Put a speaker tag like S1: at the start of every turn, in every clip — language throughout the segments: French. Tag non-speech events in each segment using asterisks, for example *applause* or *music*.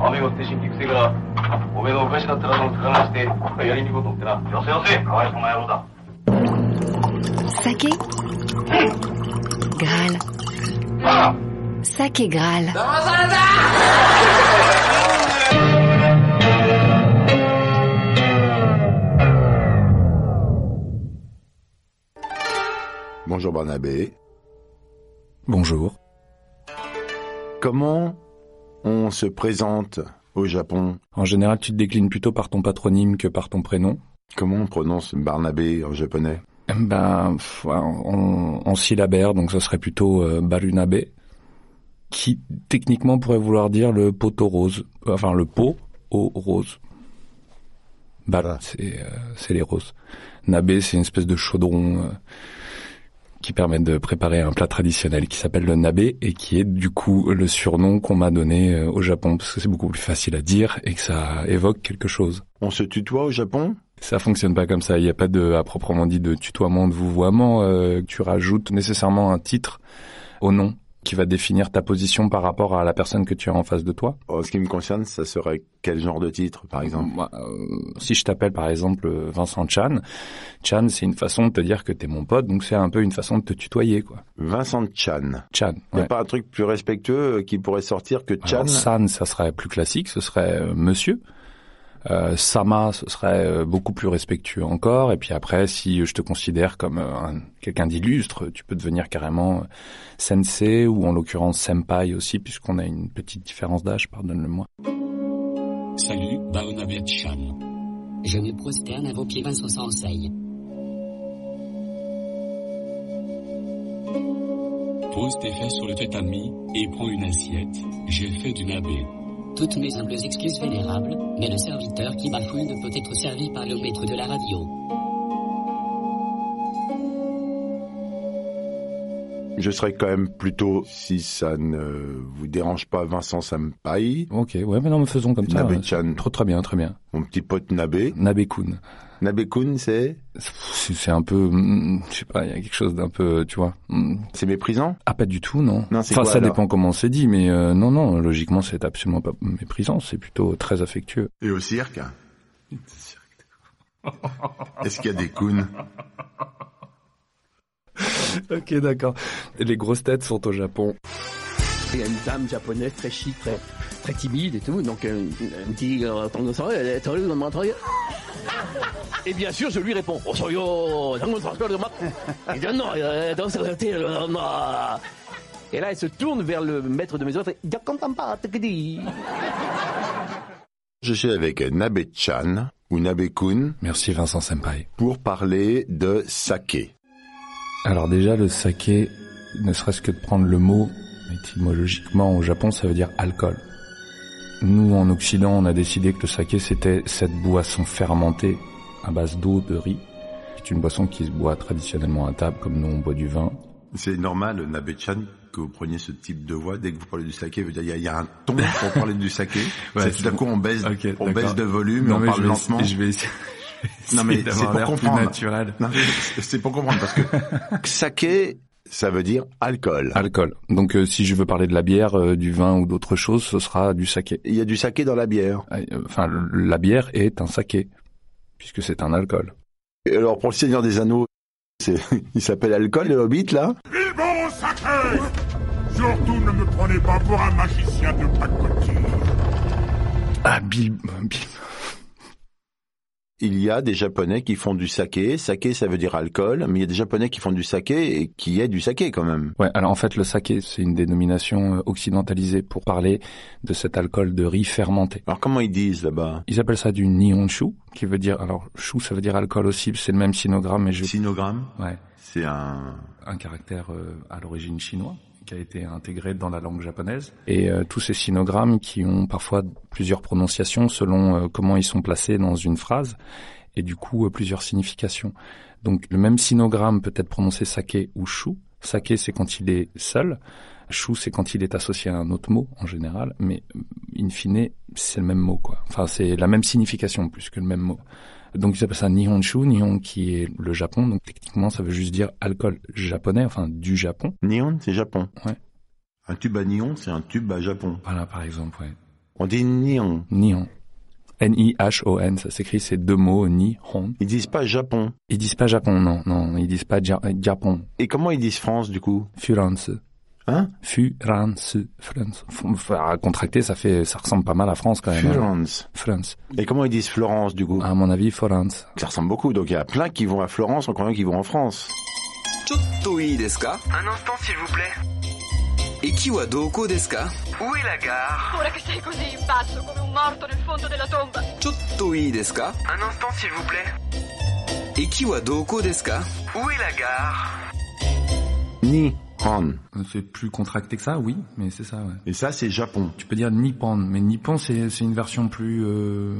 S1: を雨が降って新規くせえから、おめえのおかしな面のつかなして、やりに行こうと思ってな。よせよせ、かわいそうな野郎だ。
S2: Saké Graal. Saké Graal.
S3: Bonjour Barnabé.
S4: Bonjour.
S3: Comment on se présente au Japon
S4: En général, tu te déclines plutôt par ton patronyme que par ton prénom.
S3: Comment on prononce Barnabé en japonais
S4: Ben, pff, en, en syllabaire, donc ça serait plutôt euh, Barunabe, qui techniquement pourrait vouloir dire le poteau rose, euh, enfin le pot au rose. Baru,
S3: Ah.
S4: c'est euh, c'est les roses. Nabe, c'est une espèce de chaudron euh, qui permet de préparer un plat traditionnel qui s'appelle le nabe et qui est du coup le surnom qu'on m'a donné euh, au Japon parce que c'est beaucoup plus facile à dire et que ça évoque quelque chose.
S3: On se tutoie au Japon
S4: Ça fonctionne pas comme ça. Il n'y a pas de, à proprement dit, de tutoiement, de vouvoiement. Euh, tu rajoutes nécessairement un titre au nom qui va définir ta position par rapport à la personne que tu as en face de toi.
S3: En ce qui me concerne, ça serait quel genre de titre, par exemple
S4: Moi, euh, si je t'appelle par exemple euh, Vincent Chan, Chan c'est une façon de te dire que t'es mon pote, donc c'est un peu une façon de te tutoyer quoi.
S3: Vincent Chan.
S4: Chan.
S3: Y a
S4: ouais.
S3: pas un truc plus respectueux euh, qui pourrait sortir que Chan
S4: Alors, San ça serait plus classique, ce serait euh, Monsieur. Euh, Sama, ce serait euh, beaucoup plus respectueux encore. Et puis après, si je te considère comme euh, un- quelqu'un d'illustre, tu peux devenir carrément euh, sensei ou en l'occurrence senpai aussi, puisqu'on a une petite différence d'âge, pardonne-le-moi.
S5: Salut, Baonabe-chan.
S6: Je me prosterne à vos pieds, Vincent Sensei.
S5: Pose tes fesses sur le tatami et prends une assiette. J'ai fait du nabe.
S6: Toutes mes humbles excuses vénérables, mais le serviteur qui bafouille ne peut être servi par le maître de la radio.
S3: Je serais quand même plutôt, si ça ne vous dérange pas, Vincent Sampai.
S4: Ok, ouais, mais non, mais faisons comme ça.
S3: Nabe Chan,
S4: Trop, très bien, très bien.
S3: mon petit pote Nabé.
S4: Nabe-kun.
S3: Nabé-kun, c'est
S4: C'est c'est un peu, mm, je sais pas, il y a quelque chose d'un peu, tu vois. mm,
S3: C'est méprisant
S4: Ah, pas du tout, non.
S3: Non, c'est
S4: enfin,
S3: quoi,
S4: ça
S3: alors
S4: dépend comment c'est dit, mais euh, non, non, logiquement, c'est absolument pas méprisant, c'est plutôt très affectueux.
S7: Et au cirque Est-ce qu'il y a des coons
S4: *laughs* Ok, d'accord. Les grosses têtes sont au Japon.
S8: Il y a une dame japonaise très chic, très, très timide et tout. Donc, euh, elle me dit, en tant que vous en m'entendez Et bien sûr, je lui réponds, oh, soy yo, dans mon transport de marque. Il dit, non, euh, dans ce côté, euh, non. Et là, elle se tourne vers le maître de maison et fait, Je comprends pas, t'as que dit.
S3: Je suis avec Nabé Chan ou Nabé Kun
S4: Merci Vincent Senpai.
S3: pour parler de saké.
S4: Alors déjà, le saké, ne serait-ce que de prendre le mot, étymologiquement au Japon, ça veut dire alcool. Nous, en Occident, on a décidé que le saké, c'était cette boisson fermentée à base d'eau, de riz. C'est une boisson qui se boit traditionnellement à table, comme nous, on boit du vin.
S7: C'est normal, Nabé-chan, que vous preniez ce type de voix dès que vous parlez du saké. Je veux dire, Il y, a- il y a un ton pour parler du
S3: *laughs*
S7: saké.
S4: Ouais,
S7: c'est tout à
S4: c'est-
S7: coup, on baisse,
S4: Ok,
S7: on
S4: d'accord.
S7: baisse de volume,
S4: Non,
S7: on
S4: mais je
S7: parle
S4: vais-
S7: lentement.
S4: Je vais essayer,
S7: Non, mais
S4: essayer
S7: c'est
S4: *laughs* d'avoir
S7: pour
S4: l'air plus
S7: comprendre.
S4: naturel.
S7: *laughs* Non, mais c'est- c'est pour comprendre, parce que
S3: Saké, ça veut dire alcool.
S4: Alcool. Donc euh, si je veux parler de la bière, euh, du vin ou d'autre chose, ce sera du saké.
S3: Il y a du saké dans la bière.
S4: Euh, Enfin, le- la bière est un saké, puisque c'est un alcool.
S3: Et alors pour le Seigneur des Anneaux, c'est, *laughs* il s'appelle alcool le Hobbit là
S9: Et bon sacré Surtout ne me prenez pas pour un magicien de pacotille.
S4: Ah, Bill... Bill-
S3: Il y a des Japonais qui font du saké. Saké, ça veut dire alcool, mais il y a des Japonais qui font du saké et qui est du saké quand même.
S4: Ouais, alors en fait, le saké, c'est une dénomination euh, occidentalisée pour parler de cet alcool de riz fermenté.
S3: Alors comment ils disent là-bas
S4: Ils appellent ça du nihonshu, qui veut dire... Alors, chou, ça veut dire alcool aussi, c'est le même sinogramme, mais je...
S7: sinogramme,
S4: Ouais,
S7: c'est un...
S4: un caractère euh, à l'origine chinois qui a été intégré dans la langue japonaise. Et euh, tous ces sinogrammes qui ont parfois plusieurs prononciations selon euh, comment ils sont placés dans une phrase et du coup euh, plusieurs significations. Donc le même sinogramme peut être prononcé saké ou shu. Saké c'est quand il est seul, shu c'est quand il est associé à un autre mot en général, mais euh, in fine c'est le même mot quoi. Enfin c'est la même signification plus que le même mot. Donc ils appellent ça Nihonshu, Nihon qui est le Japon, donc techniquement ça veut juste dire alcool japonais, enfin du Japon.
S3: Nihon, c'est Japon.
S7: Un tube à Nihon, c'est un tube à Japon.
S4: Voilà par exemple, ouais.
S3: On dit Nihon.
S4: Nihon. N-I-H-O-N, ça s'écrit ces deux mots, Nihon.
S3: Ils disent pas Japon.
S4: Ils disent pas Japon, non, non, ils disent pas Ja- Japon.
S3: Et comment ils disent France du coup
S4: Furance.
S3: Hein
S4: Furance. France. F- Enfin, contracté, ça fait, ça ressemble pas mal à France quand même. hein.
S3: Florence.
S4: France.
S3: Et comment ils disent Florence du coup
S4: À mon avis, Florence.
S3: Ça ressemble beaucoup. Donc il y a plein qui vont à Florence en croyant qu'ils vont en France.
S10: ちょっといいですか
S11: Un instant, s'il vous plaît.
S10: 駅はどこですか
S11: Où est la gare
S12: Ora che sei così impazzo come un morto nel fondo della tomba.
S10: ちょっといいですか
S11: Un instant, s'il vous plaît.
S10: 駅はどこですか
S11: Où est la gare
S3: Nihon.
S4: C'est plus contracté que ça, oui, mais c'est ça, ouais.
S3: Et ça c'est Japon.
S4: Tu peux dire Nippon, mais Nippon, c'est, c'est une version plus, euh,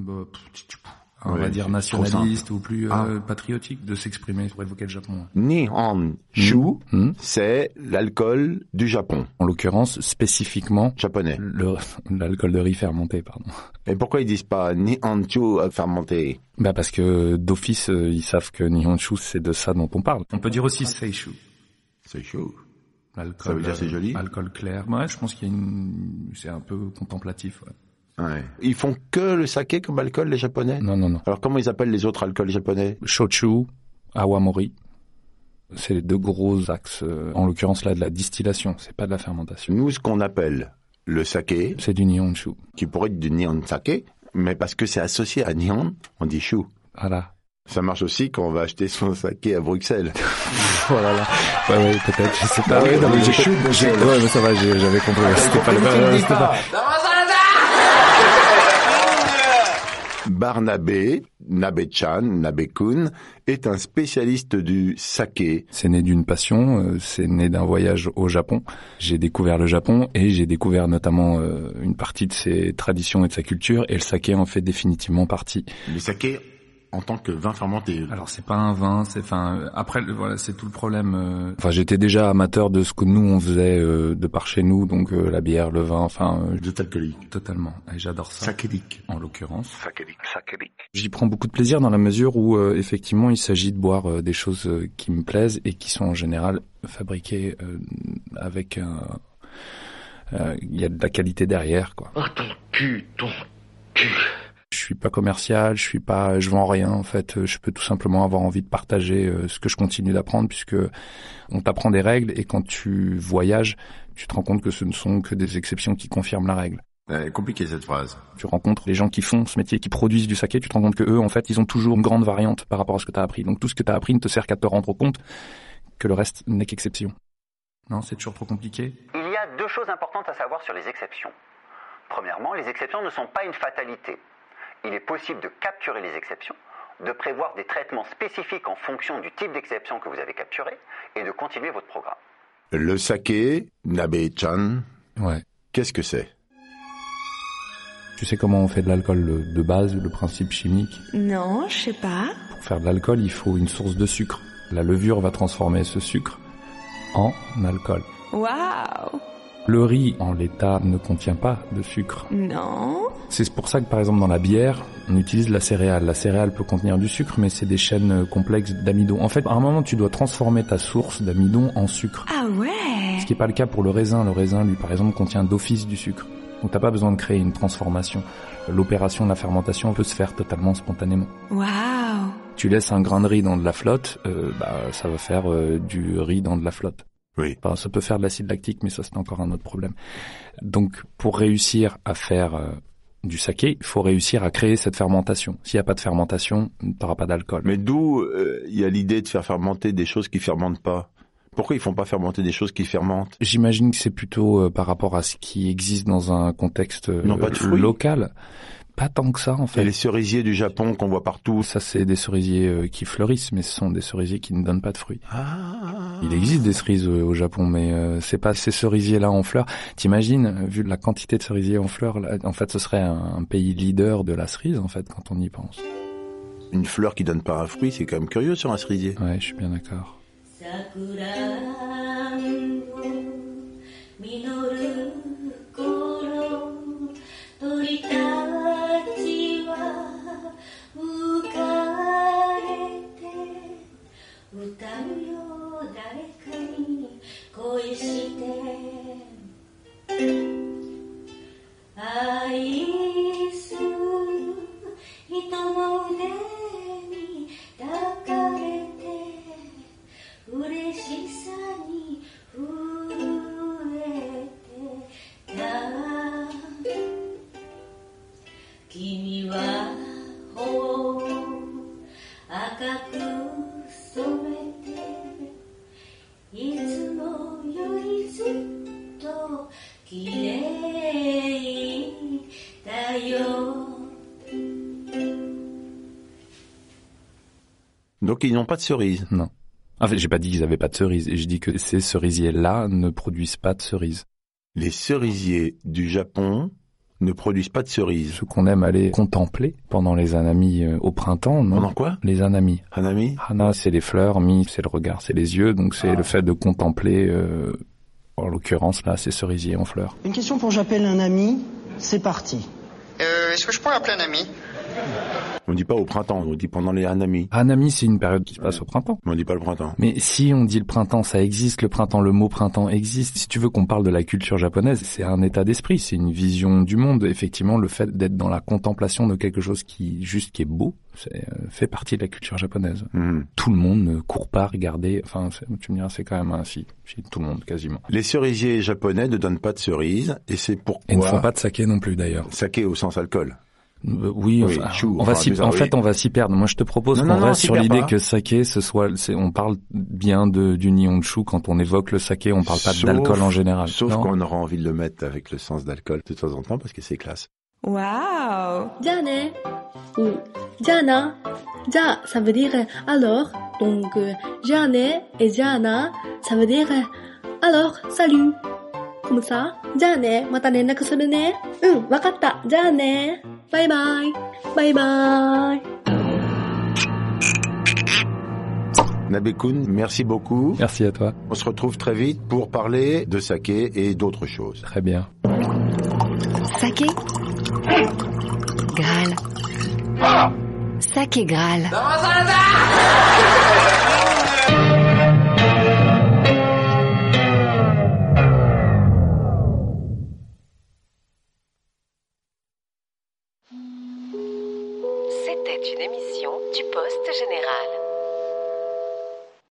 S4: bah, pff, tu- tu- on
S3: Ouais,
S4: va dire
S3: c'est
S4: nationaliste ou plus euh,
S3: Ah.
S4: patriotique de s'exprimer pour évoquer le Japon.
S3: Nihon. Shu,
S4: Hmm.
S3: c'est l'alcool du Japon.
S4: En l'occurrence, spécifiquement,
S3: Japonais.
S4: le- *laughs* l'alcool de riz fermenté, pardon.
S3: Et pourquoi ils disent pas Nihon Chu euh, fermenté
S4: Bah parce que d'office, euh, ils savent que Nihonshu, c'est de ça dont on parle. On peut dire aussi Seishu.
S7: C'est chaud.
S4: L'alcool,
S7: Ça veut dire
S4: euh,
S7: c'est joli
S4: Alcool clair. Ouais, je pense qu'il y a une... C'est un peu contemplatif. ouais.
S7: Ouais.
S3: Ils font que le saké comme alcool les Japonais
S4: Non, non, non.
S3: Alors comment ils appellent les autres alcools japonais
S4: Shochu, Awamori. C'est les deux gros axes, euh, en l'occurrence là, de la distillation. C'est pas de la fermentation.
S3: Nous ce qu'on appelle le saké,
S4: C'est du Nihonshu.
S3: qui pourrait être du Nihon saké, mais parce que c'est associé à Nihon, on dit Shu.
S4: *laughs* Voilà.
S3: Ça marche aussi quand on va acheter son saké
S7: *laughs*
S3: à Bruxelles.
S4: Voilà. Oh là. Ouais, ouais, peut-être, je sais pas.
S3: Ah ouais, non, mais j'ai chaud,
S4: Ouais, mais ça va, j'ai- j'avais compris. C'était pas le c'était pas-
S3: Barnabé, Nabe-chan, Nabe-kun, est un spécialiste du saké.
S4: C'est né d'une passion, euh, c'est né d'un voyage au Japon. J'ai découvert le Japon et j'ai découvert notamment euh, une partie de ses traditions et de sa culture et le saké en fait définitivement partie.
S7: Le saké en tant que vin fermenté.
S4: Alors c'est pas un vin, c'est enfin euh, après le- voilà c'est tout le problème. euh. Enfin j'étais déjà amateur de ce que nous on faisait euh, de par chez nous donc euh, la bière, le vin, enfin euh,
S7: Vous êtes alcoolique.
S4: totalement. Et j'adore ça.
S7: Sakélique.
S4: En l'occurrence,
S7: Sakélique.
S4: j'y prends beaucoup de plaisir dans la mesure où euh, effectivement il s'agit de boire euh, des choses euh, qui me plaisent et qui sont en général fabriquées euh, avec un euh, il y a de la qualité derrière quoi.
S11: Oh ton cul, ton.
S4: Je suis pas commercial, je suis pas, je vends rien en fait. Euh, Je peux tout simplement avoir envie de partager euh, ce que je continue d'apprendre puisque on t'apprend des règles et quand tu voyages, tu te rends compte que ce ne sont que des exceptions qui confirment la règle.
S7: Euh, compliqué cette phrase.
S4: Tu rencontres les gens qui font ce métier, qui produisent du saké, tu te rends compte que eux en fait ils ont toujours une grande variante par rapport à ce que t'as appris. Donc tout ce que t'as appris ne te sert qu'à te rendre compte que le reste n'est qu'exception. Non, c'est toujours trop compliqué.
S11: Il y a deux choses importantes à savoir sur les exceptions. Premièrement, les exceptions ne sont pas une fatalité. Il est possible de capturer les exceptions, de prévoir des traitements spécifiques en fonction du type d'exception que vous avez capturé et de continuer votre programme.
S3: Le saké, Nabe-chan,
S4: Ouais.
S3: qu'est-ce que c'est
S4: Tu sais comment on fait de l'alcool le- de base, le principe chimique
S2: Non, je sais pas.
S4: Pour faire de l'alcool, il faut une source de sucre. La levure va transformer ce sucre en alcool.
S2: Waouh.
S4: Le riz en l'état ne contient pas de sucre.
S2: Non.
S4: C'est pour ça que par exemple dans la bière, on utilise la céréale. La céréale peut contenir du sucre, mais c'est des chaînes euh, complexes d'amidon. En fait, à un moment, tu dois transformer ta source d'amidon en sucre.
S2: Ah ouais.
S4: Ce qui n'est pas le cas pour le raisin. Le raisin, lui, par exemple, contient d'office du sucre. Donc t'as pas besoin de créer une transformation. L'opération de la fermentation peut se faire totalement spontanément.
S2: Waouh.
S4: tu laisses un grain de riz dans de la flotte, euh, bah, ça va faire euh, du riz dans de la flotte.
S7: Oui.
S4: Enfin, ça peut faire de l'acide lactique, mais ça c'est encore un autre problème. Donc, pour réussir à faire euh, du saké, il faut réussir à créer cette fermentation. S'il n'y a pas de fermentation, t'auras pas d'alcool.
S3: Mais d'où euh, il y a l'idée de faire fermenter des choses qui fermentent pas Pourquoi ils font pas fermenter des choses qui fermentent
S4: J'imagine que c'est plutôt euh, par rapport à ce qui existe dans un contexte euh,
S3: Non, pas de fruits.
S4: local. Pas tant que ça, en
S3: Et
S4: fait.
S3: les cerisiers du Japon qu'on voit partout
S4: Ça, c'est des cerisiers euh, qui fleurissent, mais ce sont des cerisiers qui ne donnent pas de fruits.
S3: Ah
S4: Il existe des cerises euh, au Japon, mais euh, c'est pas ces cerisiers-là en fleurs. T'imagines, euh, vu la quantité de cerisiers en fleurs, là, en fait, ce serait un, un pays leader de la cerise, en fait, quand on y pense.
S3: Une fleur qui donne pas un fruit, c'est quand même curieux sur un cerisier.
S4: Ouais, je suis bien d'accord.
S12: «
S3: Donc ils n'ont pas de cerises.
S4: Non. Enfin, j'ai pas dit qu'ils avaient pas de cerises. J'ai dit que ces cerisiers-là ne produisent pas de cerises.
S3: Les cerisiers du Japon ne produisent pas de cerises.
S4: Ce qu'on aime aller contempler pendant les anamis euh, au printemps, non
S3: Pendant quoi
S4: Les anamis.
S3: Hanami
S4: Hana, c'est les fleurs, mi, c'est le regard, c'est les yeux, donc c'est le fait de contempler, euh, en l'occurrence là, ces cerisiers en fleurs.
S13: Une question pour j'appelle un ami, c'est parti.
S14: Euh, Est-ce que je pourrais appeler un ami
S3: On dit pas au printemps, on dit pendant les Hanami.
S4: Hanami, c'est une période qui se passe au printemps.
S3: Mais on dit pas le printemps.
S4: Mais si on dit le printemps, ça existe, le printemps, le mot printemps existe. Si tu veux qu'on parle de la culture japonaise, c'est un état d'esprit, c'est une vision du monde. Effectivement, le fait d'être dans la contemplation de quelque chose qui juste qui est beau, c'est, euh, fait partie de la culture japonaise.
S3: Mhm.
S4: Tout le monde ne court pas regarder. Enfin, c'est- tu me diras, c'est quand même un si, si, tout le monde quasiment.
S3: Les cerisiers japonais ne donnent pas de cerises et c'est pourquoi
S4: Et ne font pas de saké non plus d'ailleurs.
S3: saké au sens alcool.
S4: Euh, oui,
S3: Oui,
S4: enfin,
S3: chou,
S4: on va
S3: enfin,
S4: s'y-
S3: mais ça,
S4: en
S3: oui.
S4: fait, on va s'y perdre. Moi, je te propose
S3: Non,
S4: qu'on
S3: non, non,
S4: reste
S3: s'y
S4: sur
S3: perd
S4: l'idée
S3: pas.
S4: que saké, ce soit, c'est- on parle bien de, du nihonshu quand on évoque le saké, on parle pas
S3: Sauf-
S4: d'alcool en général.
S3: Sauf
S4: Ah, Non
S3: qu'on aura envie de le mettre avec le sens d'alcool de temps en temps parce que c'est classe.
S15: Wow.
S12: Diane ou Diana. Dia, ça veut dire euh, alors. Donc, euh, Diane et Diana, ça veut dire euh, alors, salut. Comme ça, Diane, matane nakusuru ne. Um, wakata, Diane. Bye bye. Bye bye.
S3: Nabekun, merci beaucoup.
S4: Merci à toi.
S3: On se retrouve très vite pour parler de saké et d'autres choses.
S4: Très bien.
S16: Saké Graal. Saké Graal.
S2: C'était une émission du Poste Général.